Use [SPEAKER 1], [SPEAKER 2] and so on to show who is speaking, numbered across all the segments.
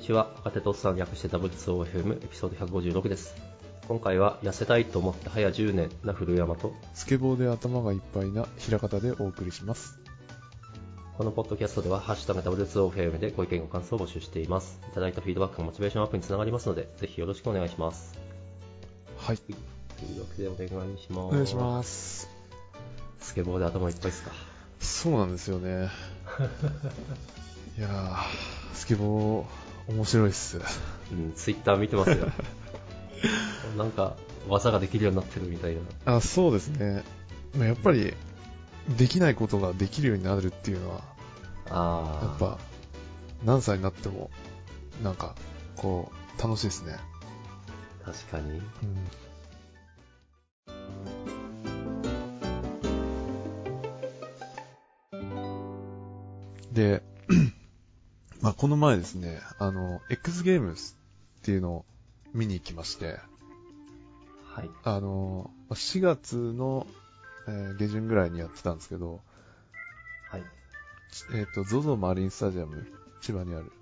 [SPEAKER 1] ちは若手とっさん略して W2OFM エピソード156です今回は痩せたいと思って早10年な古山と
[SPEAKER 2] スケボーで頭がいっぱいな平方でお送りします。
[SPEAKER 1] このポッドキャストでは「ハッシュタグ #W2OFM」でご意見ご感想を募集していますいただいたフィードバックがモチベーションアップにつながりますのでぜひよろしくお願いします
[SPEAKER 2] はい。
[SPEAKER 1] というわけでお願いします
[SPEAKER 2] お願いします。
[SPEAKER 1] すスケボーで頭いっぱいですか
[SPEAKER 2] そうなんですよね。 いやー、スケボー、面白いっす。
[SPEAKER 1] うんツイッター見てます よなんか技ができるようになってるみたいな
[SPEAKER 2] あ、そうですね。まあやっぱり、できないことができるようになるっていうのは、や
[SPEAKER 1] ああ
[SPEAKER 2] っぱ、何歳になっても、なんか、こう、楽しいですね。
[SPEAKER 1] 確かに
[SPEAKER 2] うん。で、 まあ、この前ですね、あの、X ゲームスっていうのを見に行きまして、
[SPEAKER 1] はい
[SPEAKER 2] あの、まあ4月の、えー下旬ぐらいにやってたんですけど、
[SPEAKER 1] はい
[SPEAKER 2] ちえっ、と、ZOZO マリンスタジアム、千葉にある。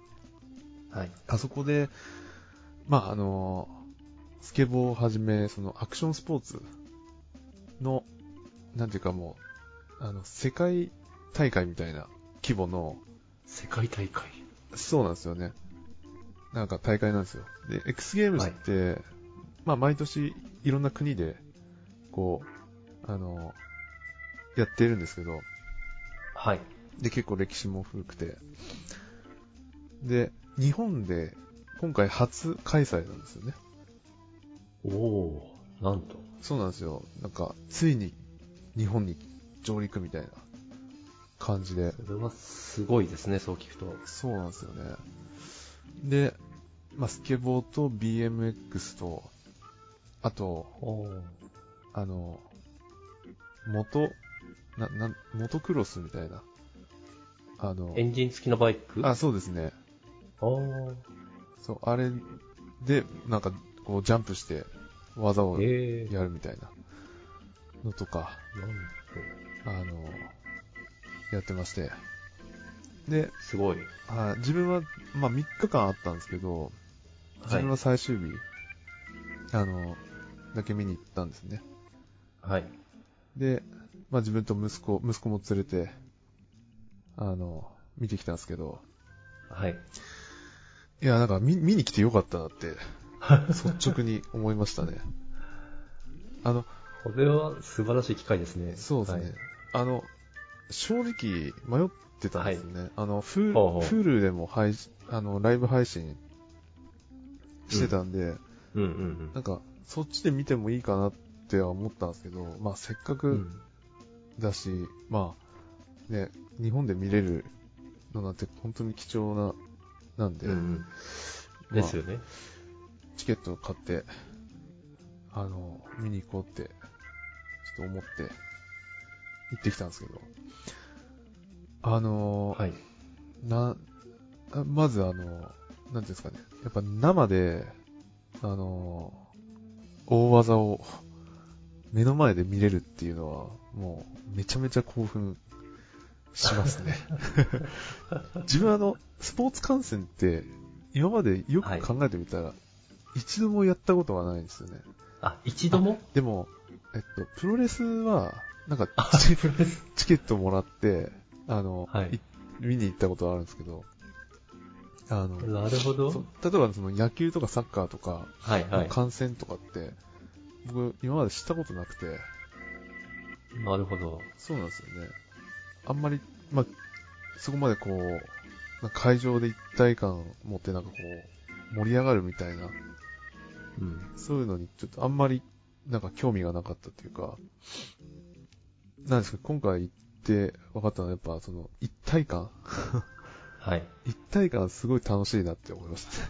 [SPEAKER 1] はい
[SPEAKER 2] あそこで、まあ、あの、スケボーをはじめ、そのアクションスポーツの、なんていうかもう、あの、世界大会みたいな規模の、
[SPEAKER 1] 世界大会
[SPEAKER 2] そうなんですよね。なんか大会なんですよ。で、X ゲームズって、まあ毎年いろんな国で、こう、あの、やってるんですけど、
[SPEAKER 1] はい
[SPEAKER 2] で、結構歴史も古くて。で、日本で今回初開催なんですよね。
[SPEAKER 1] おおーなんと
[SPEAKER 2] そうなんですよ。なんか、ついに日本に上陸みたいな感じで。
[SPEAKER 1] それはすごいですね、そう聞くと。
[SPEAKER 2] そうなんですよね。で、まあ、スケボーと BMX と、あと、あの、元、な、な、元クロスみたいな。あの
[SPEAKER 1] エ、ンジン付きのバイク
[SPEAKER 2] あ、そうですね。
[SPEAKER 1] ー
[SPEAKER 2] そう、あれで、なんか、こう、ジャンプして、技をや
[SPEAKER 1] ええ
[SPEAKER 2] るみたいなのとか、
[SPEAKER 1] なんと
[SPEAKER 2] あの、やってまして。で、
[SPEAKER 1] すごい。
[SPEAKER 2] はい自分は、まあ、3日間あったんですけど、自
[SPEAKER 1] はい
[SPEAKER 2] 分。は最終日、あの、だけ見に行ったんですね。
[SPEAKER 1] はい。
[SPEAKER 2] で、まあ、自分と息子、息子も連れて、あの、見てきたんですけど、
[SPEAKER 1] はい。
[SPEAKER 2] いや、なんか見、見に来てよかったなって、 率直に思いましたね。あの、
[SPEAKER 1] これは素晴らしい機会ですね。
[SPEAKER 2] そうですね。
[SPEAKER 1] はい
[SPEAKER 2] あの、正直迷ってたんですよね。あの、フ
[SPEAKER 1] ほうほう
[SPEAKER 2] ーフールでも配信、あの、ライブ配信してたんで、
[SPEAKER 1] うんうん
[SPEAKER 2] なんか、そっちで見てもいいかなっては思ったんですけど、まあ、せっか
[SPEAKER 1] うん。う
[SPEAKER 2] く
[SPEAKER 1] ん
[SPEAKER 2] だし、まあ、ね、日本で見れるのなんて本当に貴重な、なんで、
[SPEAKER 1] うんうん。
[SPEAKER 2] あ
[SPEAKER 1] ですよね。
[SPEAKER 2] チケットを買って、あの、見に行こうって、ちょっと思って、行ってきたんですけど、あの、
[SPEAKER 1] はい。
[SPEAKER 2] な、あまずあの、なんていうんですかね、やっぱ生で、あの、大技を目の前で見れるっていうのは、もうめちゃめちゃ興奮しますね。自分あの、スポーツ観戦って、今までよく考えてみたら、一度もやったことがないんですよね。
[SPEAKER 1] あ、一度も
[SPEAKER 2] でも、えっと、プロレスは、なんか、
[SPEAKER 1] あ、プロレス。
[SPEAKER 2] チケットもらって、あの、
[SPEAKER 1] はい
[SPEAKER 2] い見に行ったことはあるんですけど、あの、
[SPEAKER 1] なるほ
[SPEAKER 2] そう
[SPEAKER 1] ど。
[SPEAKER 2] 例えばその野球とかサッカーとか、
[SPEAKER 1] はいはい。
[SPEAKER 2] 観戦とかって、僕今までしたことなくて、
[SPEAKER 1] なるほど。
[SPEAKER 2] そうなんですよね。あんまり、まあ、そこまでこう、なんか会場で一体感を持ってなんかこう、盛り上がるみたいな、
[SPEAKER 1] うん。
[SPEAKER 2] そういうのにちょっとあんまりなんか興味がなかったというか、なんですか、今回行って分かったのはやっぱその一体感
[SPEAKER 1] はい。
[SPEAKER 2] 一体感すごい楽しいなって思いましたね。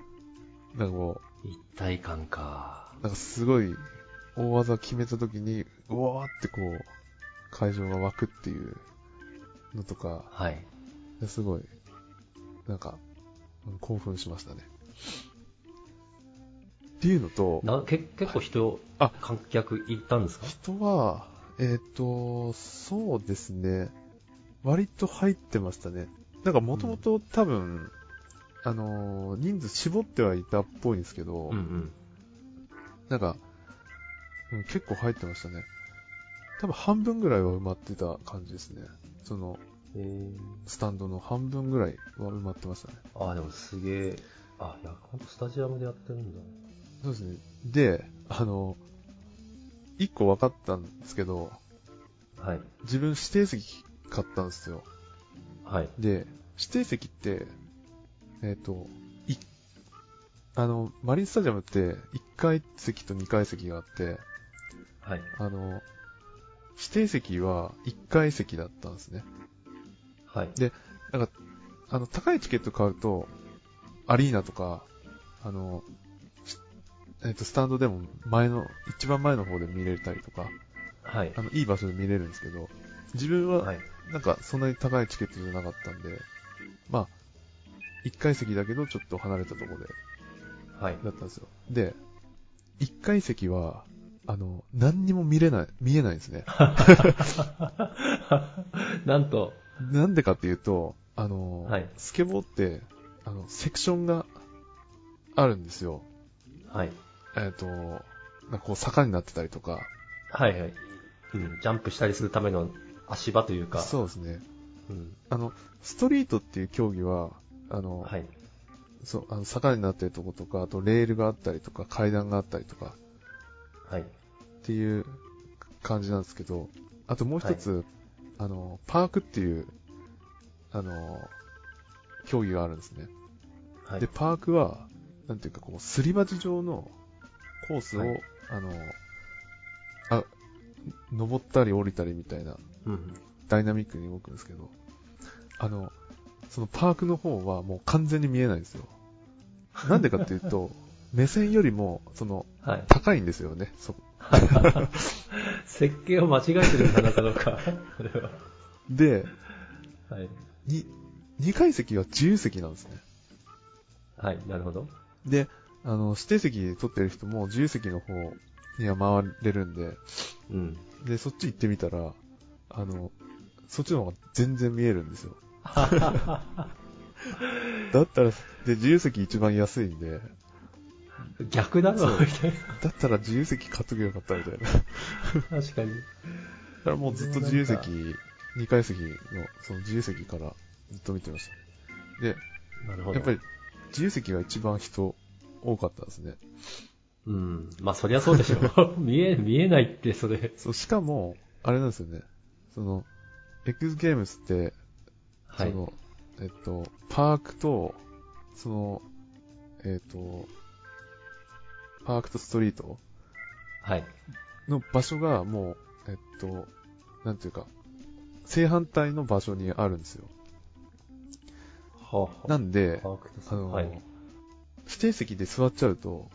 [SPEAKER 2] なんかも
[SPEAKER 1] 一体感か。
[SPEAKER 2] う、なんかすごい大技を決めた時に、うわーってこう、会場が湧くっていうのとか、
[SPEAKER 1] はい。
[SPEAKER 2] すごい、なんか、うん興奮しましたね。っていうのと、
[SPEAKER 1] な、け、結構人、
[SPEAKER 2] あ
[SPEAKER 1] 観客いたんですか
[SPEAKER 2] 人は、えっ、と、そうですね、割と入ってましたね。なんかもともと多分、あのー人数絞ってはいたっぽいんですけど、
[SPEAKER 1] うんうん。
[SPEAKER 2] なんか、うん、結構入ってましたね。多分半分ぐらいは埋まってた感じですね。その、
[SPEAKER 1] え
[SPEAKER 2] スタンドの半分ぐらいは埋まってましたね。
[SPEAKER 1] ー、あー、でもすげえ。あ、いや、ほんとスタジアムでやってるんだ。
[SPEAKER 2] そうですね。で、あの、一個分かったんですけど、
[SPEAKER 1] はい。
[SPEAKER 2] 自分指定席買ったんですよ。
[SPEAKER 1] はい。
[SPEAKER 2] で、指定席って、えっ、と、い、あの、マリンスタジアムって、1階席と2階席があって、
[SPEAKER 1] はい。
[SPEAKER 2] あの、指定席は1階席だったんですね。
[SPEAKER 1] はい。
[SPEAKER 2] あの、高いチケット買うと、アリーナとか、あの、しえっ、と、スタンドでも前の、一番前の方で見れたりとか、
[SPEAKER 1] はい。
[SPEAKER 2] あの、いい場所で見れるんですけど、自分は、
[SPEAKER 1] はい。
[SPEAKER 2] なんか、そんなに高いチケットじゃなかったんで、まあ、一階席だけど、ちょっと離れたところで、
[SPEAKER 1] はい。
[SPEAKER 2] だったんですよ。で、一階席は、あの、何にも見れない、見えないんですね。
[SPEAKER 1] なんと、
[SPEAKER 2] なんでかっていうと、あの、
[SPEAKER 1] はい
[SPEAKER 2] スケボーって、あの、セクションがあるんですよ。
[SPEAKER 1] はい。
[SPEAKER 2] えっ、と、なんかこう坂になってたりとか、
[SPEAKER 1] はいはい。うん、ジャンプしたりするための足場というか。
[SPEAKER 2] そうですね。
[SPEAKER 1] う。ん、
[SPEAKER 2] あの、ストリートっていう競技は、あの、
[SPEAKER 1] はい。
[SPEAKER 2] そう、あの、坂になってるとことか、あとレールがあったりとか、階段があったりとか、
[SPEAKER 1] はい。
[SPEAKER 2] っていう感じなんですけど、あともう一つ、あの、パークっていう、あの、競技があるんですね。
[SPEAKER 1] はい。
[SPEAKER 2] で、パークは、なんていうかこう、すり鉢状のコースを、
[SPEAKER 1] はい
[SPEAKER 2] あの、あ、登ったり降りたりみたいな、
[SPEAKER 1] うん。
[SPEAKER 2] ダイナミックに動くんですけど、あの、そのパークの方はもう完全に見えないんですよ。なんでかっていうと、目線よりも、その、
[SPEAKER 1] はい。
[SPEAKER 2] 高いんですよね、そ
[SPEAKER 1] 設計を間違えてるんだなかどう か。それは。
[SPEAKER 2] で、
[SPEAKER 1] はい。
[SPEAKER 2] に、2階席は自由席なんですね。
[SPEAKER 1] はい。なるほど。
[SPEAKER 2] で、あの、指定席取ってる人も自由席の方には回れるんで、
[SPEAKER 1] うん。
[SPEAKER 2] で、そっち行ってみたら、あの、そっちの方が全然見えるんですよ。だったら、で、自由席一番安いんで、
[SPEAKER 1] 逆だろ、みたい
[SPEAKER 2] だったら自由席買っとけばよかったみたいな。だ
[SPEAKER 1] な。確かに。
[SPEAKER 2] からもうずっと自由席、2階席の、その自由席からずっと見てました。で、
[SPEAKER 1] なるほど。
[SPEAKER 2] やっぱり、自由席が一番人多かったですね。
[SPEAKER 1] うん。まあ、そりゃそうでしょ。 見え、見えないって、それ。
[SPEAKER 2] そう、しかも、あれなんですよね。その、X ゲームスって、
[SPEAKER 1] は
[SPEAKER 2] そ
[SPEAKER 1] い。
[SPEAKER 2] の、えっと、パークと、その、えっと、パークとストリート
[SPEAKER 1] はい。
[SPEAKER 2] の場所がもう、えっと、なんていうか、正反対の場所にあるんですよ。
[SPEAKER 1] はは
[SPEAKER 2] なんで、
[SPEAKER 1] パークとさ
[SPEAKER 2] あの、
[SPEAKER 1] はい。
[SPEAKER 2] 指定席で座っちゃうと、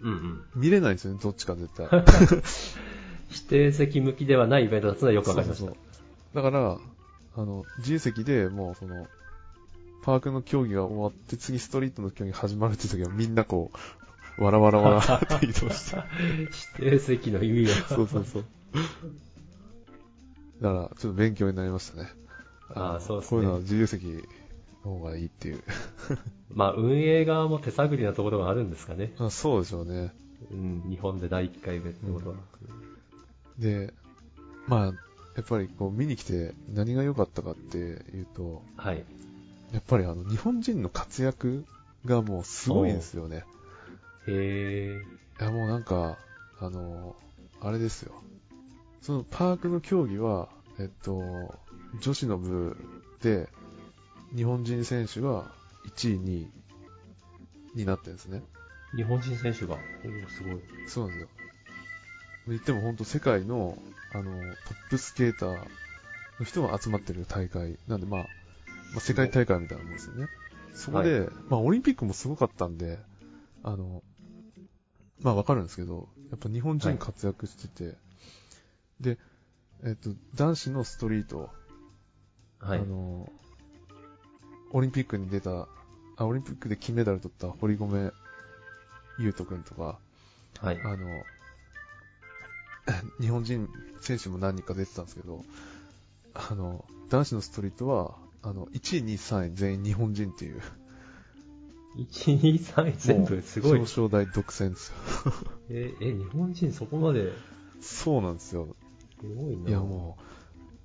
[SPEAKER 1] うんうん。
[SPEAKER 2] 見れないんですよね、どっちか 絶対。
[SPEAKER 1] 指定席向きではないイベントだったのはよくわかりまし
[SPEAKER 2] そ
[SPEAKER 1] た
[SPEAKER 2] う。だから、あの、自由席でもうその、パークの競技が終わって、次ストリートの競技始まるって時はみんなこう、わらわらわらって言ってま した。
[SPEAKER 1] 指定席の意味が。
[SPEAKER 2] そうそうそう。だから、ちょっと勉強になりましたね。
[SPEAKER 1] ああ、そうです
[SPEAKER 2] こういうのは
[SPEAKER 1] ね。
[SPEAKER 2] 自由席の方がいいっていう。
[SPEAKER 1] まあ、運営側も手探りなところがあるんですかね。
[SPEAKER 2] あそうでしょうね。
[SPEAKER 1] うん、日本で第1回目ってことは。
[SPEAKER 2] で、まあ、やっぱりこう見に来て何が良かったかっていうと、
[SPEAKER 1] はい。
[SPEAKER 2] やっぱりあの日本人の活躍がもうすごいですよね。
[SPEAKER 1] へえ。
[SPEAKER 2] いや、もうなんか、あの、あれですよ。そのパークの競技は、えっと、女子の部で、日本人選手が1位、2位になってるんですね。
[SPEAKER 1] 日本人選手が。おすごい。
[SPEAKER 2] そうなんですよ。言っても本当世界の、あの、トップスケーターの人が集まってる大会。なんでまあ、まあ、世界大会みたいなもんですよね。そこで、まあオリンピックもすごかったんで、あの、まあわかるんですけど、やっぱ日本人活躍してて、で、えっと、男子のストリート、
[SPEAKER 1] はい
[SPEAKER 2] あ。の、オリンピックに出た、あ、オリンピックで金メダル取った堀米優斗くんとか、
[SPEAKER 1] はい。
[SPEAKER 2] あの、 日本人選手も何人か出てたんですけど、あの、男子のストリートは、あの、1位、2位、3位全員日本人っていう、
[SPEAKER 1] 1、2、3、全部すごい
[SPEAKER 2] もう。表彰台独占ですよ。
[SPEAKER 1] え、え、日本人そこまで、
[SPEAKER 2] そうなんですよ。
[SPEAKER 1] すごいな。
[SPEAKER 2] いやも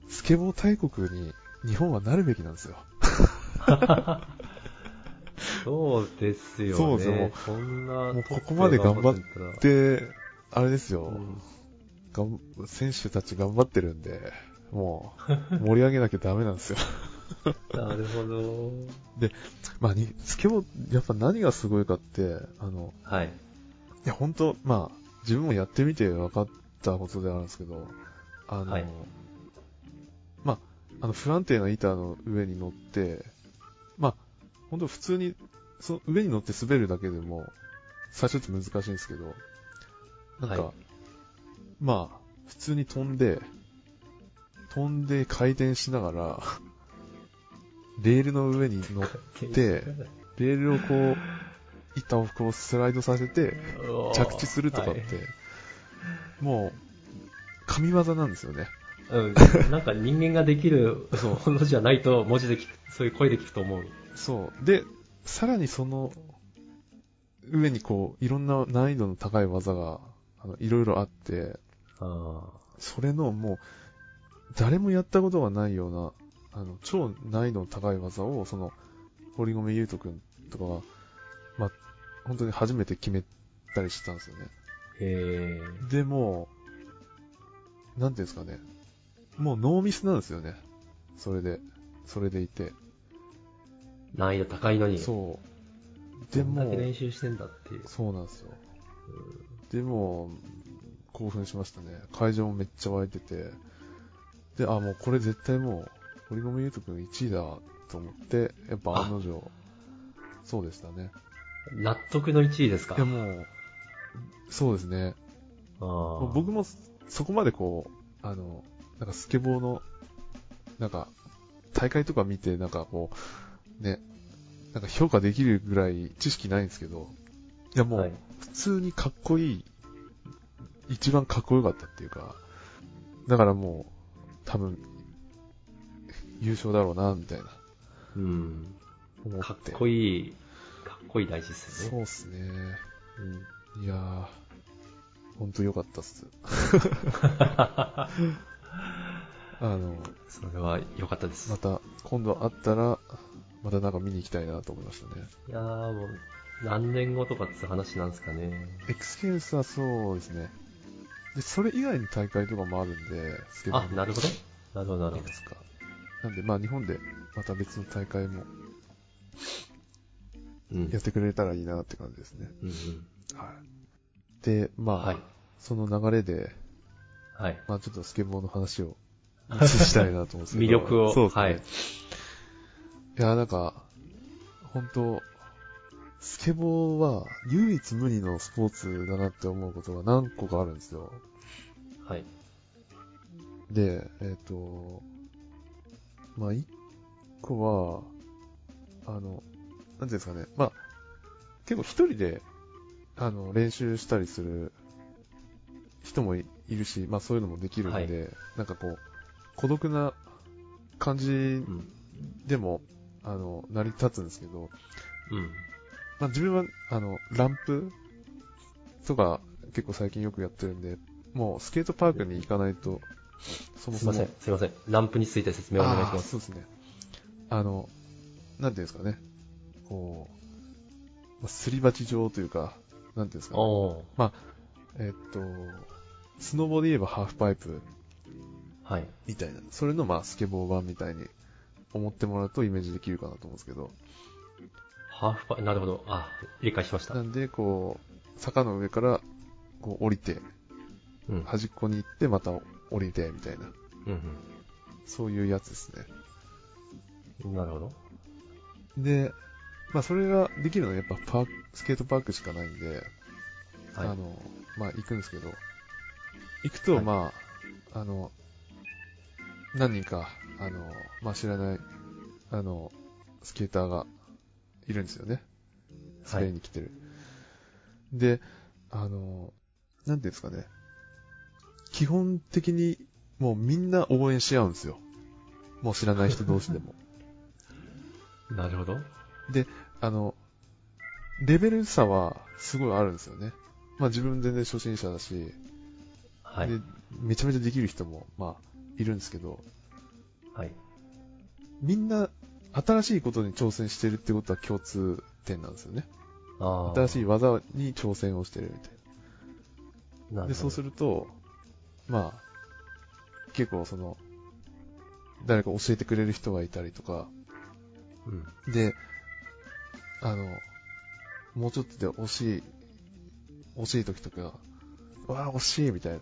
[SPEAKER 2] う、スケボー大国に日本はなるべきなんですよ。
[SPEAKER 1] そうですよね。
[SPEAKER 2] そうですよもう
[SPEAKER 1] こんな、
[SPEAKER 2] もうここまで頑張って
[SPEAKER 1] たら
[SPEAKER 2] で、あれですよ
[SPEAKER 1] う、ん
[SPEAKER 2] がん選手たち頑張ってるんで、も う盛り上げなきゃダメなんですよ。
[SPEAKER 1] なるほど。
[SPEAKER 2] まあに、スケボー、やっぱ何がすごいかって、あの、
[SPEAKER 1] はい。
[SPEAKER 2] いや、本当まあ、自分もやってみて分かったことではあるんですけど、あの、
[SPEAKER 1] はい
[SPEAKER 2] まあ、あの、不安定な板の上に乗って、まあ、本当普通に、その上に乗って滑るだけでも、最初って難しいんですけど、なんか、
[SPEAKER 1] はい
[SPEAKER 2] まあ、普通に飛んで、飛んで回転しながら、レールの上に乗っ、 でレールをこう、板をこうスライドさせて、
[SPEAKER 1] うわー、
[SPEAKER 2] 着地するとかって、
[SPEAKER 1] はい
[SPEAKER 2] もう、神業なんですよね。
[SPEAKER 1] うん、なんか人間ができるものじゃないと、文字で聞く、そういう声で聞くと 思う。
[SPEAKER 2] そう。で、さらにその、上にこう、いろんな難易度の高い技が、あの、いろいろあって、
[SPEAKER 1] あ
[SPEAKER 2] それのもう、誰もやったことがないような、あの、超難易度の高い技を、その、堀米優斗くんとかが、まあ、本当に初めて決めたりしてたんですよね。
[SPEAKER 1] ーへ
[SPEAKER 2] でもう、なんていうんですかね。もうノーミスなんですよね。それで、それでいて。
[SPEAKER 1] ー難易度高いのに。
[SPEAKER 2] そう。
[SPEAKER 1] ど
[SPEAKER 2] で
[SPEAKER 1] んだ
[SPEAKER 2] も
[SPEAKER 1] け、練習してんだっていう。
[SPEAKER 2] そうなんですよ。でも、興奮しましたね。会場もめっちゃ湧いてて。で、あ、もうこれ絶対もう、堀米優斗くん1位だと思って、やっぱ案の定、そうでしたね。
[SPEAKER 1] 納得の1位ですか
[SPEAKER 2] いやもう、そうですね。
[SPEAKER 1] あ
[SPEAKER 2] まあ
[SPEAKER 1] ー
[SPEAKER 2] 僕もそそこまでこう、あの、なんかスケボーの、なんか、大会とか見て、なんかこう、ね、なんか評価できるぐらい知識ないんですけど、いやも
[SPEAKER 1] は
[SPEAKER 2] う
[SPEAKER 1] い、
[SPEAKER 2] 普通にかっこいい、一番かっこよかったっていうか、だからもう、多分、優勝だろうな、みたいな、
[SPEAKER 1] うん。
[SPEAKER 2] 思って。
[SPEAKER 1] かっこいい、かっこいい大事ですよ
[SPEAKER 2] そ
[SPEAKER 1] ね。
[SPEAKER 2] うっすね。
[SPEAKER 1] うん
[SPEAKER 2] いやー、ほんとよかったっ す。あの、
[SPEAKER 1] それは良かったです。
[SPEAKER 2] また今度会ったら、またなんか見に行きたいなと思いましたね。
[SPEAKER 1] いやーもう、何年後とかって話なんですかね。
[SPEAKER 2] X ゲームスはそうですね。で、それ以外に大会とかもあるんで、スケボ
[SPEAKER 1] あ
[SPEAKER 2] ー、
[SPEAKER 1] なるほど。なるほど、な
[SPEAKER 2] ど。い
[SPEAKER 1] る
[SPEAKER 2] く
[SPEAKER 1] ほ
[SPEAKER 2] つか。なんで、まあ日本でまた別の大会
[SPEAKER 1] ど。
[SPEAKER 2] も
[SPEAKER 1] うん。
[SPEAKER 2] やってくれたらいいなって感じですね。
[SPEAKER 1] うんうん
[SPEAKER 2] はい。で、まあ、
[SPEAKER 1] はい。
[SPEAKER 2] その流れで、
[SPEAKER 1] はい。
[SPEAKER 2] まあちょっとスケボーの話をしたいなと思うんですけ
[SPEAKER 1] 魅
[SPEAKER 2] ど。
[SPEAKER 1] 力を。
[SPEAKER 2] そうですね。
[SPEAKER 1] はい
[SPEAKER 2] い、や、なんか、本当スケボーは唯一無二のスポーツだなって思うことが何個かあるんですよ。
[SPEAKER 1] はい。
[SPEAKER 2] で、えっ、と、まあ、一個は、あの、なんていうんですかね、まあ、結構一人で、あの、練習したりする人もいいるし、まあそういうのもできるんで、なんかこう、孤独な感じ
[SPEAKER 1] うん。
[SPEAKER 2] でも、あの、成り立つんですけど、
[SPEAKER 1] うん。
[SPEAKER 2] まあ自分は、あの、ランプとか結構最近よくやってるんで、もうスケートパークに行かないと、そも
[SPEAKER 1] すい
[SPEAKER 2] そも
[SPEAKER 1] ません、すいません。ランプについて説明お願いしま
[SPEAKER 2] あー
[SPEAKER 1] す。
[SPEAKER 2] そうですね。あの、なんていうんですかね。こう、まあ、すり鉢状というか、なんていうんですかね。
[SPEAKER 1] おー
[SPEAKER 2] えっと、スノボで言えばハーフパイプ
[SPEAKER 1] はい。
[SPEAKER 2] みたいな。それのまあスケボー版みたいに思ってもらうとイメージできるかなと思うんですけど。
[SPEAKER 1] ハーフパイ、なるほど。あ、理解しました。
[SPEAKER 2] な
[SPEAKER 1] うん
[SPEAKER 2] で、こう、坂の上からこう降りて、
[SPEAKER 1] ん。
[SPEAKER 2] 端っこに行ってまた降りてみたいな。
[SPEAKER 1] うん
[SPEAKER 2] そういうやつですね。
[SPEAKER 1] うん。なるほど。
[SPEAKER 2] で、まあそれができるのはやっぱパークスケートパークしかないんで、
[SPEAKER 1] はい
[SPEAKER 2] あ。の、まあ、行くんですけど、行くと、
[SPEAKER 1] はい
[SPEAKER 2] まあ、あの、何人か、あの、まあ、知らない、あの、スケーターがいるんですよね。
[SPEAKER 1] は
[SPEAKER 2] 滑り
[SPEAKER 1] い。
[SPEAKER 2] に来てる。で、あの、なんていうんですかね。基本的に、もうみんな応援し合うんですよ。も う知らない人同士でも。
[SPEAKER 1] なるほど。
[SPEAKER 2] あの、レベル差はすごいあるんですよね。まあ自分全然初心者だし、
[SPEAKER 1] はい
[SPEAKER 2] で。めちゃめちゃできる人も、まあ、いるんですけど、
[SPEAKER 1] はい。
[SPEAKER 2] みんな新しいことに挑戦してるってことは共通点なんですよね。
[SPEAKER 1] ああ。
[SPEAKER 2] 新しい技に挑戦をしてるみたい
[SPEAKER 1] な
[SPEAKER 2] な。で、そうす
[SPEAKER 1] る
[SPEAKER 2] ると、まあ、結構その、誰か教えてくれる人がいたりとか、
[SPEAKER 1] ほど。うん。
[SPEAKER 2] で、あの、もうちょっとで惜しい、惜しい時とか、わあ、惜しいみたいな。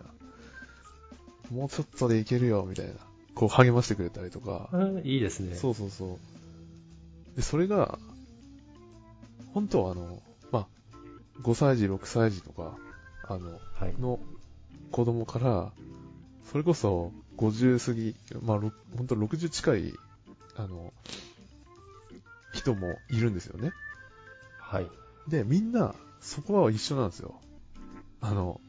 [SPEAKER 2] もうちょっとでいけるよ、みたいな。こう励ましてくれたりとか。
[SPEAKER 1] あーいいですね。
[SPEAKER 2] そうそうそう。で、それが、本当はあの、まあ、5歳児、6歳児とか、あの、
[SPEAKER 1] はい。
[SPEAKER 2] の子供から、それこそ50過ぎ、まあ、ろほんと60近い、あの、人もいるんですよね。
[SPEAKER 1] はい。
[SPEAKER 2] で、みんな、そこは一緒なんですよ。あの、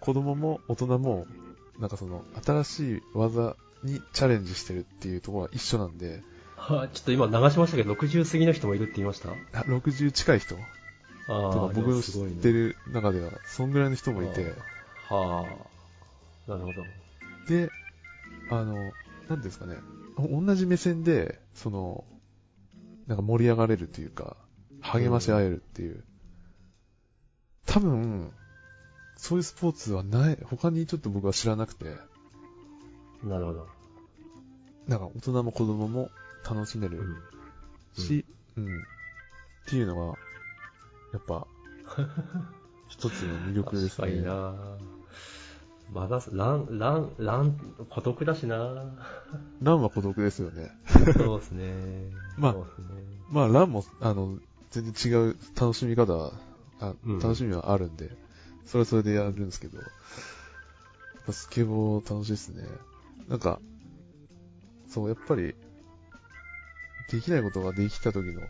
[SPEAKER 2] 子供も大人も、なんかその、新しい技にチャレンジしてるっていうところは一緒なんで、
[SPEAKER 1] はちょっと今流しましたけど、60過ぎの人もいるって言いましたあ
[SPEAKER 2] あ60近い人と
[SPEAKER 1] あ
[SPEAKER 2] か、
[SPEAKER 1] ー、
[SPEAKER 2] 僕の知
[SPEAKER 1] すごい
[SPEAKER 2] っ
[SPEAKER 1] ね
[SPEAKER 2] てる中では、そんぐらいの人もいて、
[SPEAKER 1] はあ。なるほど。
[SPEAKER 2] で、あの、なんですかね、お同じ目線で、その、なんか盛り上がれるというか、励まし合えるっていう。多分、そういうスポーツはない、他にちょっと僕は知らなくて、
[SPEAKER 1] なるほど。
[SPEAKER 2] なんか大人も子供も楽しめ
[SPEAKER 1] う
[SPEAKER 2] る
[SPEAKER 1] ん。
[SPEAKER 2] し、うん、っていうのが、やっ ぱ、一つの魅力です
[SPEAKER 1] 確かに
[SPEAKER 2] ね。
[SPEAKER 1] なまだ、ラン、ラン、ラン、孤独だし な
[SPEAKER 2] ランは孤独ですよね。
[SPEAKER 1] そうですね。
[SPEAKER 2] まあ
[SPEAKER 1] そうですね。
[SPEAKER 2] まあ、ランも、あの、全然違う楽しみ方は、あ
[SPEAKER 1] うん
[SPEAKER 2] 楽しみはあるんで、それはそれでやるんですけど、やっぱスケボー楽しいですね。なんか、そう、やっぱり、できないことができた時の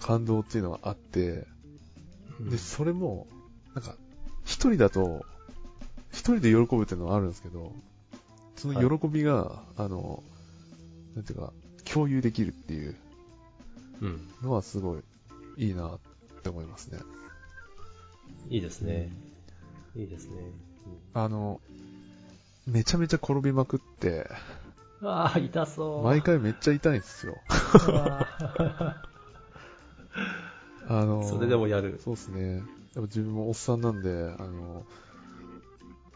[SPEAKER 2] 感動っていうのがあって、
[SPEAKER 1] うん
[SPEAKER 2] で、それも、なんか、一人だと、一人で喜ぶっていうのはあるんですけど、その喜びが、あの、なんていうか、共有できるっていう、
[SPEAKER 1] うん。
[SPEAKER 2] のはすごいいいなって思いますね。
[SPEAKER 1] いいですね。いいですね。
[SPEAKER 2] あの、めちゃめちゃ転びまくって、
[SPEAKER 1] うん、ああ、痛そう。
[SPEAKER 2] 毎回めっちゃ痛いんですよ。
[SPEAKER 1] あ
[SPEAKER 2] あの、
[SPEAKER 1] ーそれでもや る。
[SPEAKER 2] そうですね。やっぱ自分もおっさんなんで、あの、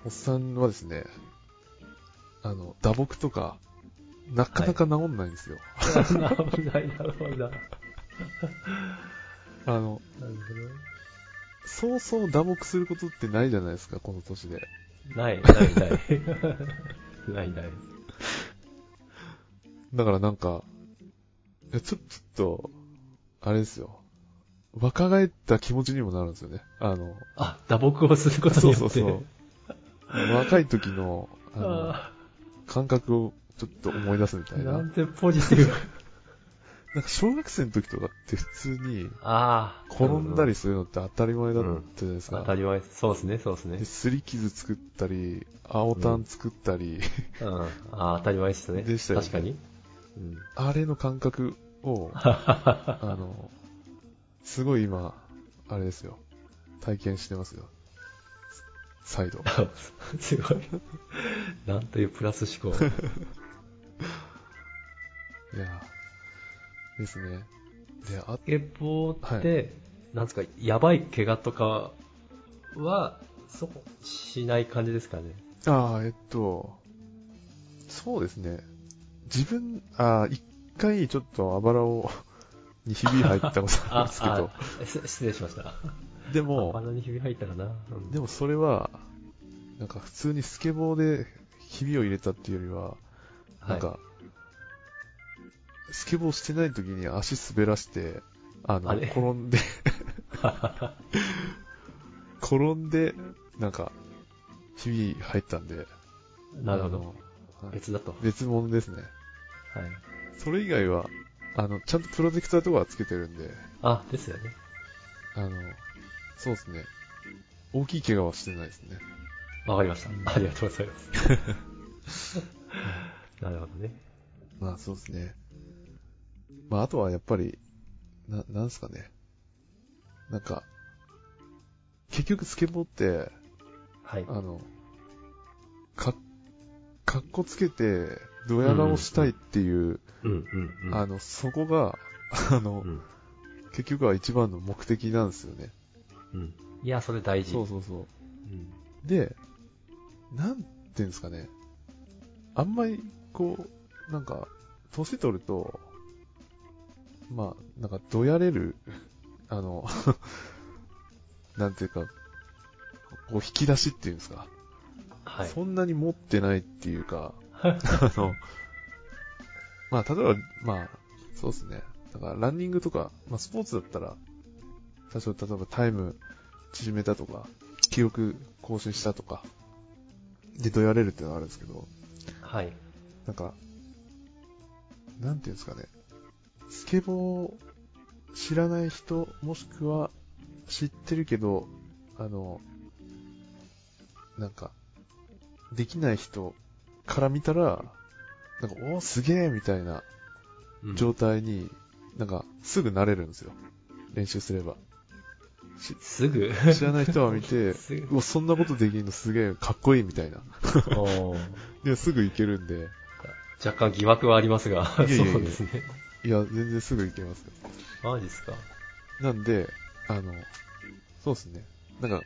[SPEAKER 2] おっさんはですね、あの、打撲とか、なかなか治んないんですよ。
[SPEAKER 1] 危ない、なるほど。なる
[SPEAKER 2] あの、そうそう打撲することってないじゃないですか、この年で。
[SPEAKER 1] ほど。ない、ない、ない。 ない、ない。
[SPEAKER 2] だからなんか、いやちょちょっと、あれですよ。若返った気持ちにもなるんですよね。あの、
[SPEAKER 1] あ、打撲をすることに
[SPEAKER 2] そ
[SPEAKER 1] よ
[SPEAKER 2] う
[SPEAKER 1] って。
[SPEAKER 2] そうそう。若い時の、あの、
[SPEAKER 1] あ
[SPEAKER 2] 感覚をちょっと思い出すみた
[SPEAKER 1] ー
[SPEAKER 2] いな。
[SPEAKER 1] な
[SPEAKER 2] なん
[SPEAKER 1] んてポジティブ。
[SPEAKER 2] か小学生の時とかって普通に、
[SPEAKER 1] ああ。
[SPEAKER 2] 転んだりするのって当たり前だったじゃないです
[SPEAKER 1] 当
[SPEAKER 2] か。
[SPEAKER 1] たり前。そうですね、そうですね
[SPEAKER 2] で、。すり傷作ったり、青タン作ったり、
[SPEAKER 1] うん。ああ、当たり前ですね。
[SPEAKER 2] でしたよね
[SPEAKER 1] 確かに。うん。
[SPEAKER 2] あれの感覚を、あの、すごい今、あれですよ。体験してますよ。再度。
[SPEAKER 1] すごい。なんというプラス思 考。
[SPEAKER 2] いやーですね。で、あ、
[SPEAKER 1] スケボーっ
[SPEAKER 2] は
[SPEAKER 1] て、なんですか、やばい怪我とかは、そこ、しない感じですかね。
[SPEAKER 2] あーえっと、そうですね。自分、あー一回ちょっとあばらを、にひび入ったことあるんですけど、
[SPEAKER 1] あす失礼しました。
[SPEAKER 2] で
[SPEAKER 1] 鼻
[SPEAKER 2] も、
[SPEAKER 1] にひび入ったかな。うん
[SPEAKER 2] でもそれは、なんか普通にスケボーでひびを入れたっていうよりは、なんか、
[SPEAKER 1] は
[SPEAKER 2] スケボーしてない時に足滑らして、あの、
[SPEAKER 1] あれ
[SPEAKER 2] 転 んで、転んで、なんか、ひび入ったんで。
[SPEAKER 1] い、なるほど。
[SPEAKER 2] あの。はい
[SPEAKER 1] 別だと。はい。
[SPEAKER 2] 別物ですね。それ以外は、あの、ちゃんとプロジェクターとかはつけてるんで、
[SPEAKER 1] あ、ですよね。
[SPEAKER 2] あの、そうですね。大きい怪我はしてないですね。
[SPEAKER 1] わかりました。ありがとうございます。 なるほどね。
[SPEAKER 2] まあそうですね。まああとはやっぱり、な、なんすかね。なんか、結局スケボーって、
[SPEAKER 1] はい。
[SPEAKER 2] あの、か、かっこつけて、ドヤ顔したいっていう、
[SPEAKER 1] うんうんうん。
[SPEAKER 2] あの、そこが、あの、
[SPEAKER 1] うん
[SPEAKER 2] 結局は一番の目的なんですよね。
[SPEAKER 1] うん。いや、それ大事。
[SPEAKER 2] そうそうそう。
[SPEAKER 1] うん
[SPEAKER 2] で、なんていうんですかね。あんまり、こう、なんか、年取ると、まあ、なんか、どやれる、あの、 なんていうか、こう、引き出しっていうんですか。
[SPEAKER 1] はい。
[SPEAKER 2] そんなに持ってないっていうか、あの、まあ、例えば、まあ、そうですね。だから、ランニングとか、まあ、スポーツだったら、多少、例えばタイム縮めたとか、記録更新したとか、で、どやれるっていうのはあるんですけど、
[SPEAKER 1] はい。
[SPEAKER 2] なんか、なんていうんですかね。スケボーを知らない人、もしくは知ってるけど、あの、なんか、できない人から見たら、なんか、おーすげえみたいな
[SPEAKER 1] うん
[SPEAKER 2] 状態に、なんか、すぐ慣れるんですよ。練習すれ ば。
[SPEAKER 1] すぐ。、
[SPEAKER 2] 知らない人は見て
[SPEAKER 1] すぐ。
[SPEAKER 2] うわ、そんなことできるのすげえかっこいいみたいな。
[SPEAKER 1] おー
[SPEAKER 2] いや、すぐ行けるんで、
[SPEAKER 1] 若干疑惑はありますが、そう
[SPEAKER 2] いやいやいや
[SPEAKER 1] ですね。
[SPEAKER 2] いや、全然すぐ行けますよ。
[SPEAKER 1] マジですか。
[SPEAKER 2] なんで、あの、そうですね。なんか、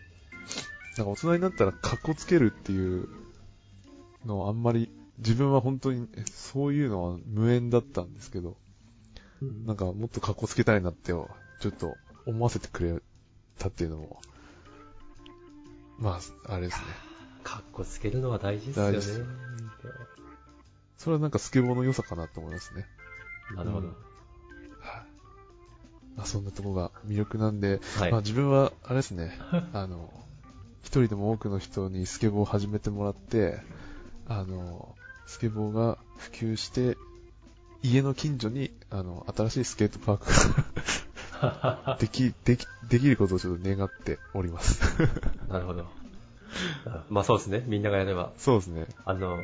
[SPEAKER 2] なんか大人になったら格好つけるっていうのをあんまり、自分は本当にえそういうのは無縁だったんですけど、なんかもっと格好つけたいなってを、ちょっと思わせてくれたっていうのも、まあ、あれですね。
[SPEAKER 1] かっこつけるのは大事ですよね。
[SPEAKER 2] それはなんかスケボーの良さかなと思いますね。
[SPEAKER 1] なるほど。
[SPEAKER 2] はい、まあ、そんなとこが魅力なんで、
[SPEAKER 1] はい
[SPEAKER 2] まあ、。自分は、あれですね、 あの、一人でも多くの人にスケボーを始めてもらって、あの、スケボーが普及して、家の近所に、あの、新しいスケートパークが でき、でき、できることをちょっと願っております。
[SPEAKER 1] なるほど。あまあそうですね。みんながやれば。
[SPEAKER 2] そうですね。
[SPEAKER 1] あの、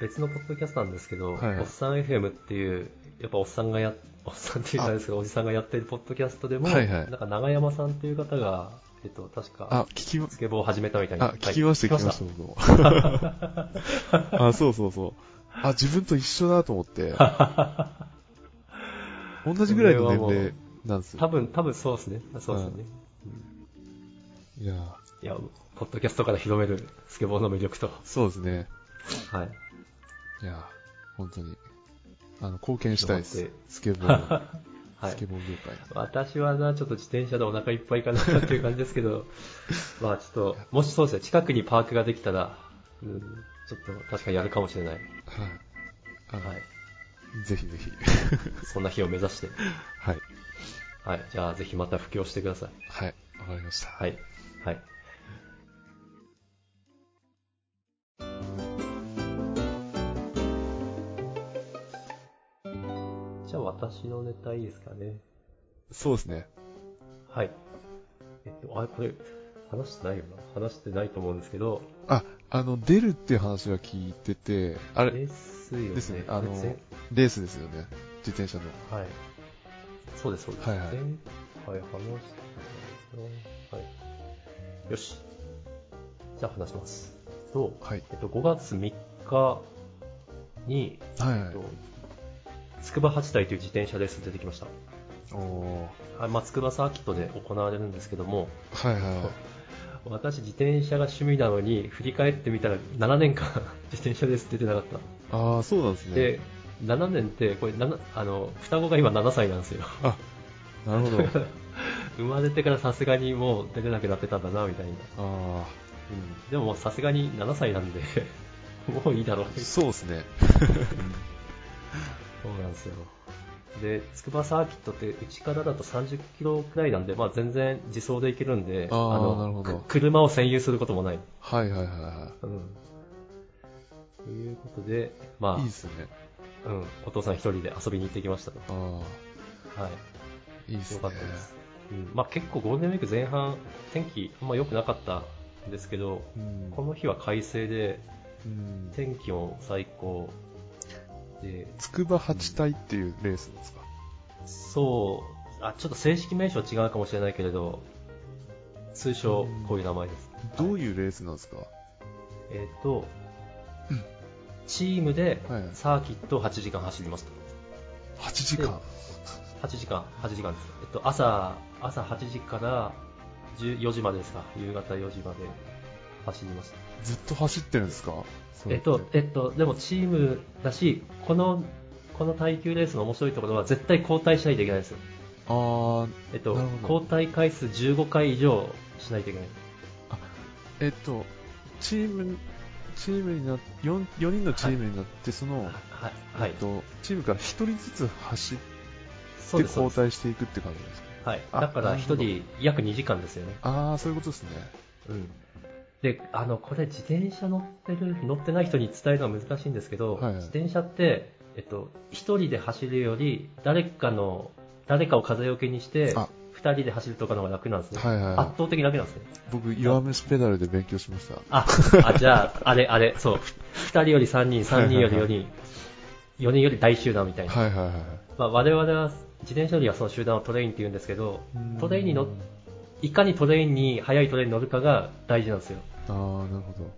[SPEAKER 1] 別のポッドキャストなんですけど、
[SPEAKER 2] はいはい
[SPEAKER 1] おっさん FM っていう、やっぱおっさんがや、おっさんっていうかあれですけど、おじさんがやってるポッドキャストでも、
[SPEAKER 2] はいはい
[SPEAKER 1] なんか長山さんっていう方が、えっと、確
[SPEAKER 2] あ
[SPEAKER 1] か、、
[SPEAKER 2] 聞きま、
[SPEAKER 1] スケボーを始めたみたいな。
[SPEAKER 2] あ、聞きました、
[SPEAKER 1] は
[SPEAKER 2] 聞
[SPEAKER 1] い
[SPEAKER 2] きました、僕も。 あ、そうそうそう。あ、自分と一緒だと 思って。同じぐらいの年
[SPEAKER 1] これはも
[SPEAKER 2] 齢
[SPEAKER 1] う
[SPEAKER 2] なんですよ。
[SPEAKER 1] 多分、多分そうですね。そうですよね。
[SPEAKER 2] いやー
[SPEAKER 1] いや、ポッドキャストから広めるスケボーの魅力と。
[SPEAKER 2] そうですね。
[SPEAKER 1] はい。
[SPEAKER 2] いやー本当に。あの、貢献したいで
[SPEAKER 1] 頑
[SPEAKER 2] す
[SPEAKER 1] 張って。
[SPEAKER 2] スケボー、
[SPEAKER 1] はい
[SPEAKER 2] ス。ケボー業界に。
[SPEAKER 1] 私はな、ちょっと自転車でお腹いっぱいかなっていう感じですけ ど、まあちょっと、もしそうですね、近くにパークができたら、うん、ちょっと確かにやるかもしれない。
[SPEAKER 2] はい。あの、
[SPEAKER 1] はい。
[SPEAKER 2] ぜひぜひ。
[SPEAKER 1] そんな日を目指して。
[SPEAKER 2] はい。
[SPEAKER 1] はい。じゃあ、ぜひまた布教してください。
[SPEAKER 2] はい。わかりました。
[SPEAKER 1] はい。はい。じゃあ、私のネタいいですかね。
[SPEAKER 2] そうですね。
[SPEAKER 1] はい。えっと、あ、これ、話してないよな。話してないと思うんですけど、
[SPEAKER 2] あ、あの、出るっていう話は聞いてて、あれ、
[SPEAKER 1] ですよね。
[SPEAKER 2] ですねあの
[SPEAKER 1] これぜ
[SPEAKER 2] レースですよね。自転車の。
[SPEAKER 1] はい。そうです、そうです。
[SPEAKER 2] はいはい
[SPEAKER 1] 前回話してたのかなはい。よし。じゃあ話します。と、
[SPEAKER 2] はい。
[SPEAKER 1] えっと、5月3日に、
[SPEAKER 2] はい
[SPEAKER 1] えっ
[SPEAKER 2] は
[SPEAKER 1] と、つくば八台という自転車レースに出てきました。
[SPEAKER 2] い。おー。
[SPEAKER 1] あまあ、つくばサーキットで行われるんですけども、
[SPEAKER 2] はいはいはい。
[SPEAKER 1] 私自転車が趣味なのに、振り返ってみたら7年間 自転車レース出てなかった。
[SPEAKER 2] ああ、そうなんですね。
[SPEAKER 1] で、7年って、これ、ななあの、双子が今7歳なんですよ。
[SPEAKER 2] あ、なるほど。
[SPEAKER 1] 生まれてからさすがにもう出れなくなってたんだな、みたいな。
[SPEAKER 2] あ
[SPEAKER 1] でもさすがに7歳なんで、 もういいだろう。
[SPEAKER 2] あ、そうですね。
[SPEAKER 1] そうなんですよ。で、筑波サーキットって、うちからだと30キロくらいなんで、まあ全然自走で行けるんで、
[SPEAKER 2] あー
[SPEAKER 1] の
[SPEAKER 2] なるほど
[SPEAKER 1] く車を占有することもない。
[SPEAKER 2] はいはいはいは
[SPEAKER 1] うん。ということで、まあ、
[SPEAKER 2] い。いいですね。
[SPEAKER 1] うん、お父さん一人で遊びに行ってきましたと。
[SPEAKER 2] ああ、
[SPEAKER 1] はい。
[SPEAKER 2] いいで
[SPEAKER 1] よ
[SPEAKER 2] すね
[SPEAKER 1] か。ったです。うん、まあ結構ゴールデンウィーク前半、天気あんま良くなかったんですけど、
[SPEAKER 2] うん
[SPEAKER 1] この日は快晴で、
[SPEAKER 2] うん。
[SPEAKER 1] 天気も最高で、
[SPEAKER 2] つくば八体っていうレースなんですか
[SPEAKER 1] そあ、ちょっと正式名称違うかもしれないけれど、通称こういう名前です。
[SPEAKER 2] どういうレースなんですか、
[SPEAKER 1] えっ、と、チームで
[SPEAKER 2] はいはい
[SPEAKER 1] サーキットを8時間走りますと。
[SPEAKER 2] ?8 時間。
[SPEAKER 1] 8時間、8時間です。えっと、朝、朝8時から10 4時までですか。夕方4時まで走ります。
[SPEAKER 2] ずっと走ってるんですかそ
[SPEAKER 1] え
[SPEAKER 2] れ
[SPEAKER 1] っと、えっと、でもチームだし、この、この耐久レースの面白いところは絶対交代しないといけないんですよ。
[SPEAKER 2] あー、
[SPEAKER 1] えっと
[SPEAKER 2] なる、ほど
[SPEAKER 1] 交代回数15回以上しないといけない。
[SPEAKER 2] えっと、チーム、チームになっ、4, 4人のチームになって、その、
[SPEAKER 1] ははい
[SPEAKER 2] えっ。と、チームから1人ずつ走って
[SPEAKER 1] そうです。そう
[SPEAKER 2] 交
[SPEAKER 1] です
[SPEAKER 2] 代していくって感じなんですか
[SPEAKER 1] はい。
[SPEAKER 2] あ
[SPEAKER 1] だから一
[SPEAKER 2] なる
[SPEAKER 1] 人約2時間ですよね。
[SPEAKER 2] あー、そういうことですね。
[SPEAKER 1] うん。で、あの、これ自転車乗ってる、乗ってない人に伝えるのは難しいんですけど、
[SPEAKER 2] はいはい
[SPEAKER 1] 自転車って、えっと、一人で走るより、誰かの、誰かを風よけにして
[SPEAKER 2] あ、
[SPEAKER 1] 二人で走るとかの方が楽なんですね。
[SPEAKER 2] はいはい
[SPEAKER 1] 圧
[SPEAKER 2] は
[SPEAKER 1] 倒的に楽なんですね。
[SPEAKER 2] い。僕、弱虫ペダルで勉強しました。
[SPEAKER 1] あ、あじゃあ、あれ、あれ、そう、2人より3人、3人より4
[SPEAKER 2] はいはい
[SPEAKER 1] 人、4人より大集団みたいな。
[SPEAKER 2] はいはいはい。
[SPEAKER 1] まあ、我々は自転車よりはその集団をトレインって言うんですけど
[SPEAKER 2] うん、
[SPEAKER 1] トレインに乗っいかにトレインに、速いトレインに乗るかが大事なんですよ。
[SPEAKER 2] あー、なるほど。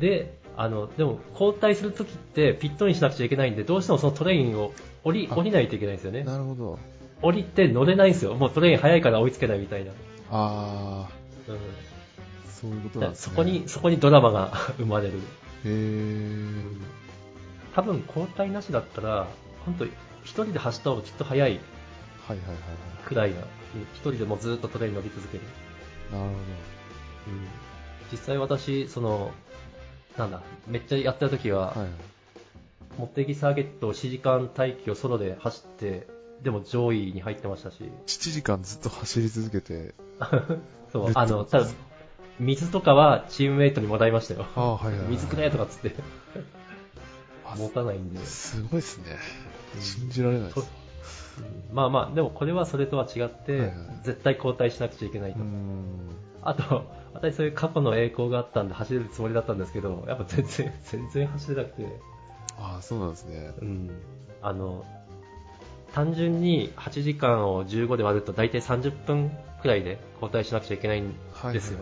[SPEAKER 1] で、あの、でも交代するときってピットインしなくちゃいけないんで、どうしてもそのトレインを降り、
[SPEAKER 2] あ
[SPEAKER 1] 降りないといけないんですよね。
[SPEAKER 2] なるほど。
[SPEAKER 1] 降りて乗れないんですよ。もうトレイン速いから追いつけないみたいな。
[SPEAKER 2] あ
[SPEAKER 1] うん
[SPEAKER 2] ー、そういうこと
[SPEAKER 1] だか
[SPEAKER 2] な
[SPEAKER 1] ら
[SPEAKER 2] んです
[SPEAKER 1] そ
[SPEAKER 2] ね。
[SPEAKER 1] こに、そこにドラマが 生まれる。
[SPEAKER 2] へー。
[SPEAKER 1] 多分交代なしだったら、本当一人で走った方がきっと速い
[SPEAKER 2] はいはいはいは
[SPEAKER 1] くらいな。うん一人でもうずっとトレイン乗り続ける。
[SPEAKER 2] い。なるほ
[SPEAKER 1] 実際私、その、なんだ、めっちゃやってた時は、
[SPEAKER 2] ど。はい。
[SPEAKER 1] モッテギサーゲット4時間待機をソロで走って、でも上位に入ってましたし、
[SPEAKER 2] 7時間ずっと走り続けて、
[SPEAKER 1] そう
[SPEAKER 2] レッ、ド
[SPEAKER 1] あの、ただ、水とかはチームメイトにもらいましたよ。
[SPEAKER 2] ああ、はいはい、はい。
[SPEAKER 1] 水くれとかっつって、
[SPEAKER 2] あ
[SPEAKER 1] 持たないんで。
[SPEAKER 2] すごいですね。信じられないです。
[SPEAKER 1] うんまあまあ、でもこれはそれとは違って、
[SPEAKER 2] はいはい
[SPEAKER 1] 絶対交代しなくちゃいけないと。
[SPEAKER 2] うーん。
[SPEAKER 1] あと、私そういう過去の栄光があったんで走れるつもりだったんですけど、やっぱ全然、全然走れなくて。
[SPEAKER 2] ああ、そうなんですね。
[SPEAKER 1] うん、あの単純に8時間を15で割ると大体30分くらいで交代しなくちゃいけないん
[SPEAKER 2] はいはい、はい。
[SPEAKER 1] ですよ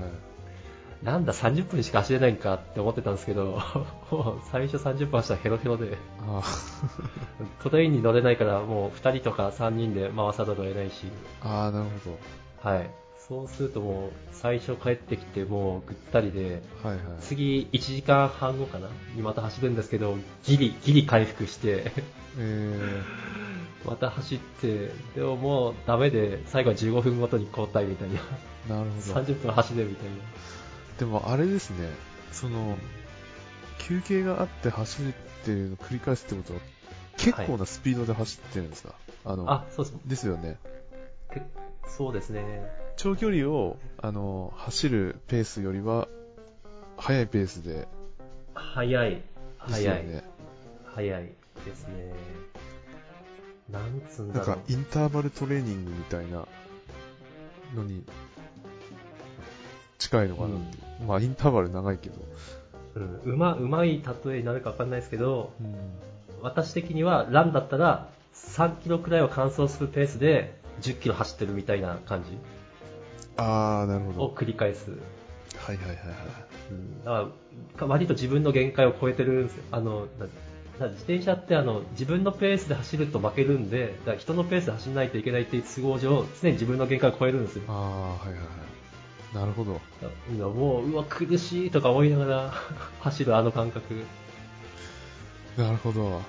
[SPEAKER 1] なんだ30分しか走れないんかって思ってたんですけど もう最初30分走ったらヘロヘロで
[SPEAKER 2] あ
[SPEAKER 1] トレインに乗れないからもう2人とか3人で回さざるを得ないし、
[SPEAKER 2] あ、ああなるほ
[SPEAKER 1] はい、そうするともう最初帰ってきてもうぐったりで
[SPEAKER 2] ど。はいはい。
[SPEAKER 1] 次1時間半後かなにまた走るんですけどギリギリ回復して
[SPEAKER 2] え
[SPEAKER 1] また走って、でももうダメで、最後は15分ごとに交代みたいな。
[SPEAKER 2] ー、なるほど。
[SPEAKER 1] 30分走れみたいな。
[SPEAKER 2] でもあれですね、その、休憩があって走るっていうのを繰り返すってことは、結構なスピードで走ってるんですか、あの、
[SPEAKER 1] あ、そうです。
[SPEAKER 2] ですよね。
[SPEAKER 1] けそうですね。
[SPEAKER 2] 長距離を、あの、走るペースよりは、速いペースで、
[SPEAKER 1] 早い。
[SPEAKER 2] ですよ
[SPEAKER 1] 早い。
[SPEAKER 2] ね。
[SPEAKER 1] 早いですね。なんつうん
[SPEAKER 2] な
[SPEAKER 1] だ
[SPEAKER 2] ん
[SPEAKER 1] ろ
[SPEAKER 2] か
[SPEAKER 1] う。
[SPEAKER 2] インターバルトレーニングみたいなのに近いのかなって、まあインターバル長いけど、
[SPEAKER 1] うん、うま、うまい例えになるかわかんないですけど、私的にはランだったら3キロくらいを完走するペースで10キロ走ってるみたいな感じ
[SPEAKER 2] ああなるほ
[SPEAKER 1] を
[SPEAKER 2] ど
[SPEAKER 1] 繰り返す。
[SPEAKER 2] はいはいはいはい
[SPEAKER 1] うんだからか割と自分の限界を超えてるんですよ。あのなな自転車ってあの自分のペースで走ると負けるんで、だから人のペースで走らないといけないっていう都合上、常に自分の限界を超えるんですよ。
[SPEAKER 2] ああはいはいはいなるほど
[SPEAKER 1] だからもう、うわ、苦しいとか思いながら 走るあの感覚。
[SPEAKER 2] なるほど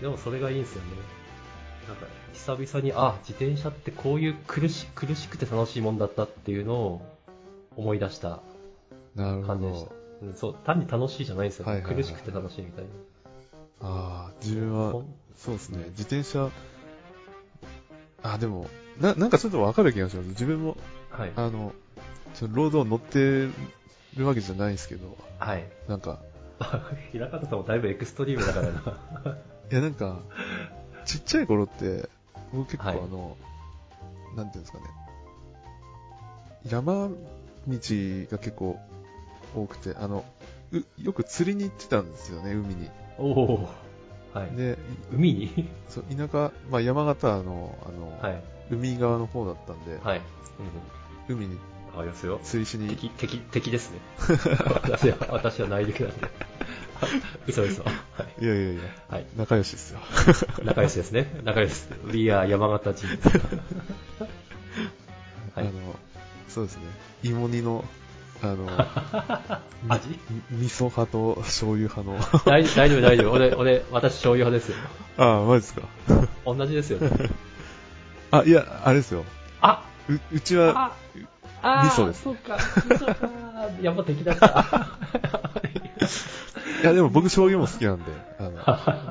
[SPEAKER 1] でもそれがいいんですよね。なんか久々に、あ、自転車ってこういう苦し苦しくて楽しいもんだったっていうのを思い出した
[SPEAKER 2] なるほ
[SPEAKER 1] 感じでした
[SPEAKER 2] ど。
[SPEAKER 1] うん、そう、単に楽しいじゃないんですよ、
[SPEAKER 2] はいはいはい
[SPEAKER 1] 苦しくて楽しいみたいな。
[SPEAKER 2] ああ自分
[SPEAKER 1] ほ
[SPEAKER 2] は
[SPEAKER 1] ん
[SPEAKER 2] そうですね自転車あーでもななんかちょっとわかる気がします自分も
[SPEAKER 1] はい。
[SPEAKER 2] あのそのロードを乗ってるわけじゃないんですけど
[SPEAKER 1] はい。
[SPEAKER 2] なんか
[SPEAKER 1] 平方さんもだいぶエクストリームだからな。
[SPEAKER 2] いや、なんか、ちっちゃい頃って、僕結構あ
[SPEAKER 1] はい
[SPEAKER 2] の、なんていうんですかね、山道が結構多くて、あの、うよく釣りに行ってたんですよね、海に。
[SPEAKER 1] おお。はい。
[SPEAKER 2] で、
[SPEAKER 1] 海に
[SPEAKER 2] そう田舎、まあ、山形のあの、
[SPEAKER 1] はい。
[SPEAKER 2] 海側の方だったんで、
[SPEAKER 1] はい。
[SPEAKER 2] 海に
[SPEAKER 1] うん。あ、よすよ。
[SPEAKER 2] 釣りしに、
[SPEAKER 1] 敵、敵、敵です ね。私は、私は内陸なん で。嘘嘘。はい。
[SPEAKER 2] いやいやいや、
[SPEAKER 1] はい。
[SPEAKER 2] 仲良しですよ。
[SPEAKER 1] 仲良しですね。仲良しです。We are 山形人です。はい
[SPEAKER 2] あ。のそうですね、芋煮の、あ の、
[SPEAKER 1] 味
[SPEAKER 2] み味噌派と醤油派 の、
[SPEAKER 1] 大大丈夫、大丈夫。俺、俺、私、醤油派ですよ。
[SPEAKER 2] ああ、マジですか。
[SPEAKER 1] 同じですよ。
[SPEAKER 2] あ、いや、あれですよ。
[SPEAKER 1] あ
[SPEAKER 2] ううち
[SPEAKER 1] あ
[SPEAKER 2] は、
[SPEAKER 1] あ
[SPEAKER 2] 味噌です
[SPEAKER 1] そうか。味噌か。 やっぱ敵だった。
[SPEAKER 2] いや、でも僕、醤油も好きなんで、あの、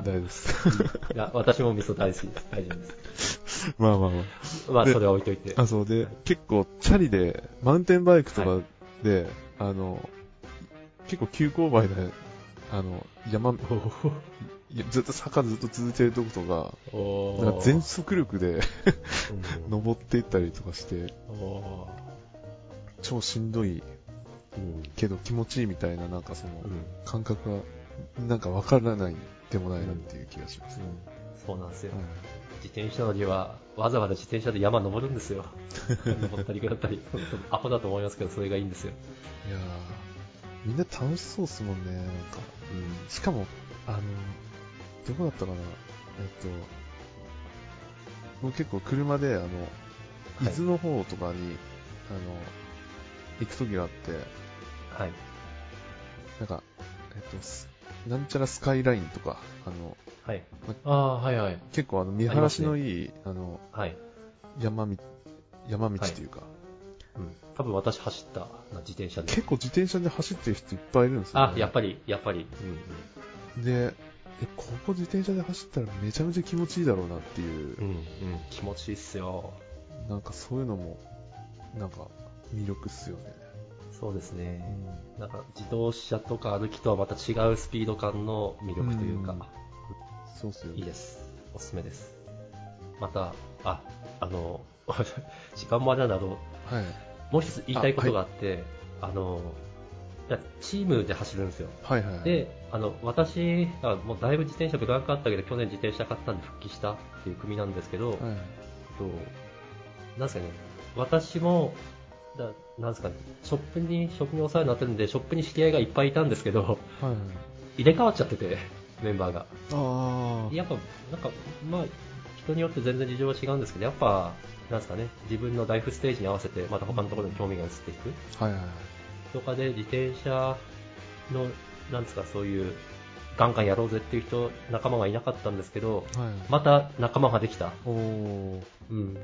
[SPEAKER 2] 大丈夫です。
[SPEAKER 1] いや、私も味噌大好きです。大丈夫で
[SPEAKER 2] まあまあまあ。
[SPEAKER 1] す。まあ、
[SPEAKER 2] で
[SPEAKER 1] それは置いといて。
[SPEAKER 2] あ、そうで、結構、チャリで、マウンテンバイクとかで、あの、結構急勾配で、あの、山、いやずっと坂ずっと続いてるとことか、
[SPEAKER 1] お
[SPEAKER 2] なんか全速力で登っていったりとかして、
[SPEAKER 1] うんお
[SPEAKER 2] 超しんどい
[SPEAKER 1] ーうん
[SPEAKER 2] けど気持ちいいみたいな、なんかその
[SPEAKER 1] う、ん
[SPEAKER 2] 感覚は、なんかわからないでもないなっていう気がします。
[SPEAKER 1] そうなんですよ
[SPEAKER 2] う。ん
[SPEAKER 1] 自転車乗りは、わざわざ自転車で山登るんです よ。登ったり下ったり。本当アホだと思いますけど、それがいいんですよ。
[SPEAKER 2] いやーみんな楽しそうっすもんね、なんか。しかも、あの、どこだったかな、えっと、僕結構車で、あの、
[SPEAKER 1] はい
[SPEAKER 2] 伊豆の方とかに、あの、行く時があって、
[SPEAKER 1] はい。
[SPEAKER 2] なんか、えっと、すなんちゃらスカイラインとか、あの、
[SPEAKER 1] はい。ああ、はいはい。
[SPEAKER 2] 結構あの、見晴らしのいい、あの、
[SPEAKER 1] はい。
[SPEAKER 2] 山み、山道というか、
[SPEAKER 1] うん。多分私走ったな、自転車で。
[SPEAKER 2] 結構自転車で走ってる人いっぱいいるんですよ、
[SPEAKER 1] あ
[SPEAKER 2] ね。、
[SPEAKER 1] やっぱり、やっぱり。うんうん。
[SPEAKER 2] で、え、ここ自転車で走ったらめちゃめちゃ気持ちいいだろうなっていう
[SPEAKER 1] う、んうん、気持ちいいっすよ。
[SPEAKER 2] なんかそういうのも、なんか魅力っすよね。
[SPEAKER 1] そうですね。なんか自動車とか歩きとはまた違うスピード感の魅力というか、
[SPEAKER 2] そうっすよ
[SPEAKER 1] いい
[SPEAKER 2] ね。
[SPEAKER 1] です。おすすめです。また、あ、あの、 時間もあれなんだろ
[SPEAKER 2] はい。
[SPEAKER 1] う。もう一つ言いたいことがあって、あ,、の、いやチームで走るんですよ。
[SPEAKER 2] はいはいはい。
[SPEAKER 1] で、あの、私、あもうだいぶ自転車ブランクあったけど、去年自転車買ったんで復帰したっていう組なんですけど、
[SPEAKER 2] はいはい、
[SPEAKER 1] えっとなんですかね、私も、だなんですかね、ショップに、ショップにお世話になってるんで、ショップに知り合いがいっぱいいたんですけど、
[SPEAKER 2] はいはい。
[SPEAKER 1] 入れ替わっちゃってて、メンバーが。
[SPEAKER 2] あ
[SPEAKER 1] やっぱ、なんか、まあ、人によって全然事情は違うんですけど、やっぱ、なんですかね、自分のライフステージに合わせて、また他のところに興味が移っていく
[SPEAKER 2] あ。はいはい。
[SPEAKER 1] とかで、自転車の、なんですか、そういう、ガンガンやろうぜっていう人、仲間がいなかったんですけど、
[SPEAKER 2] はい。
[SPEAKER 1] また仲間ができた。
[SPEAKER 2] おー、
[SPEAKER 1] うん。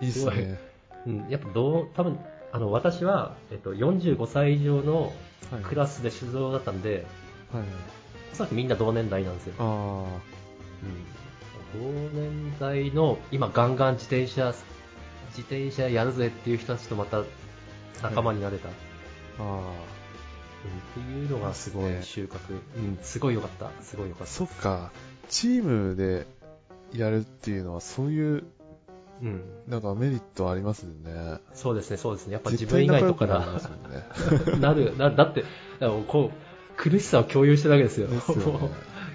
[SPEAKER 2] いいっすね。
[SPEAKER 1] うん、やっぱどう、多分あの私は、えっと、45歳以上の
[SPEAKER 2] はい。
[SPEAKER 1] ク
[SPEAKER 2] は
[SPEAKER 1] ラスで出場だったんで、
[SPEAKER 2] いはい。
[SPEAKER 1] おそらくみんな同年代なんですよ。
[SPEAKER 2] あ
[SPEAKER 1] うん、同年代の、今、ガンガン自転車、自転車やるぜっていう人たちとまた仲間になれた、
[SPEAKER 2] ー、あ
[SPEAKER 1] うん、っていうのがすご
[SPEAKER 2] で
[SPEAKER 1] い
[SPEAKER 2] す
[SPEAKER 1] 収穫、うん、すごい良かった、すごい良か
[SPEAKER 2] ー。
[SPEAKER 1] っ
[SPEAKER 2] そっか、チームでやるっていうのはそういう、
[SPEAKER 1] た。うん
[SPEAKER 2] なんかメリットありますよね。
[SPEAKER 1] そうですね、そうですね。やっぱ自
[SPEAKER 2] 絶
[SPEAKER 1] 分
[SPEAKER 2] 対
[SPEAKER 1] 以
[SPEAKER 2] 仲
[SPEAKER 1] 外
[SPEAKER 2] 良
[SPEAKER 1] と
[SPEAKER 2] く
[SPEAKER 1] か
[SPEAKER 2] なりま
[SPEAKER 1] な
[SPEAKER 2] す、もん ね。
[SPEAKER 1] なる、なる、だって、あのこう、苦しさを共有してるわけですよ。
[SPEAKER 2] ですよね。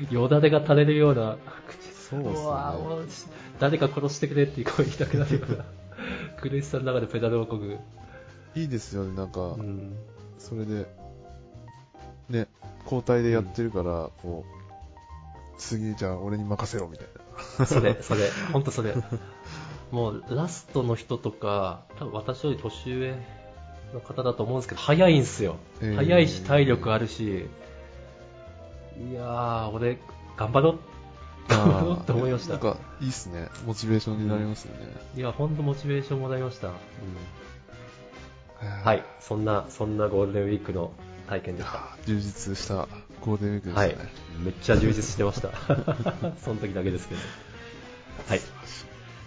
[SPEAKER 1] よだれが垂れるような口
[SPEAKER 2] そうです
[SPEAKER 1] うわ
[SPEAKER 2] よ
[SPEAKER 1] も
[SPEAKER 2] ね。
[SPEAKER 1] うし誰か殺してくれって声言いたくなるような苦しさの中でペダルをこぐ、
[SPEAKER 2] いいですよね、なんか、
[SPEAKER 1] うん、
[SPEAKER 2] それで、ね、交代でやってるから、こう、次、じゃあ俺に任せろ、みたい
[SPEAKER 1] それそれ本当それもうラストの人とか多分私より年上の方だと思うんですけど早いんですよ、
[SPEAKER 2] えー
[SPEAKER 1] 早いし体力あるしいやー俺頑張ろう
[SPEAKER 2] な。
[SPEAKER 1] 頑張ろうって 思いました
[SPEAKER 2] なんか、いいっすね。モチベーションになりますよね。
[SPEAKER 1] いや本当モチベーションもらいました、うん
[SPEAKER 2] は。
[SPEAKER 1] はいいそんなそんなゴールデンウィークの体験でした
[SPEAKER 2] あー充実したゴールデンウィークでした
[SPEAKER 1] は
[SPEAKER 2] ね。
[SPEAKER 1] い、めっちゃ充実してました、 その時だけですけど。はい、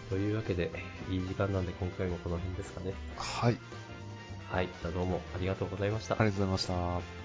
[SPEAKER 1] というわけで、いい時間なんで、今回もこの辺ですかね。
[SPEAKER 2] はい。
[SPEAKER 1] はい、じゃあどうもありがとうございました
[SPEAKER 2] あ。りがとうございました。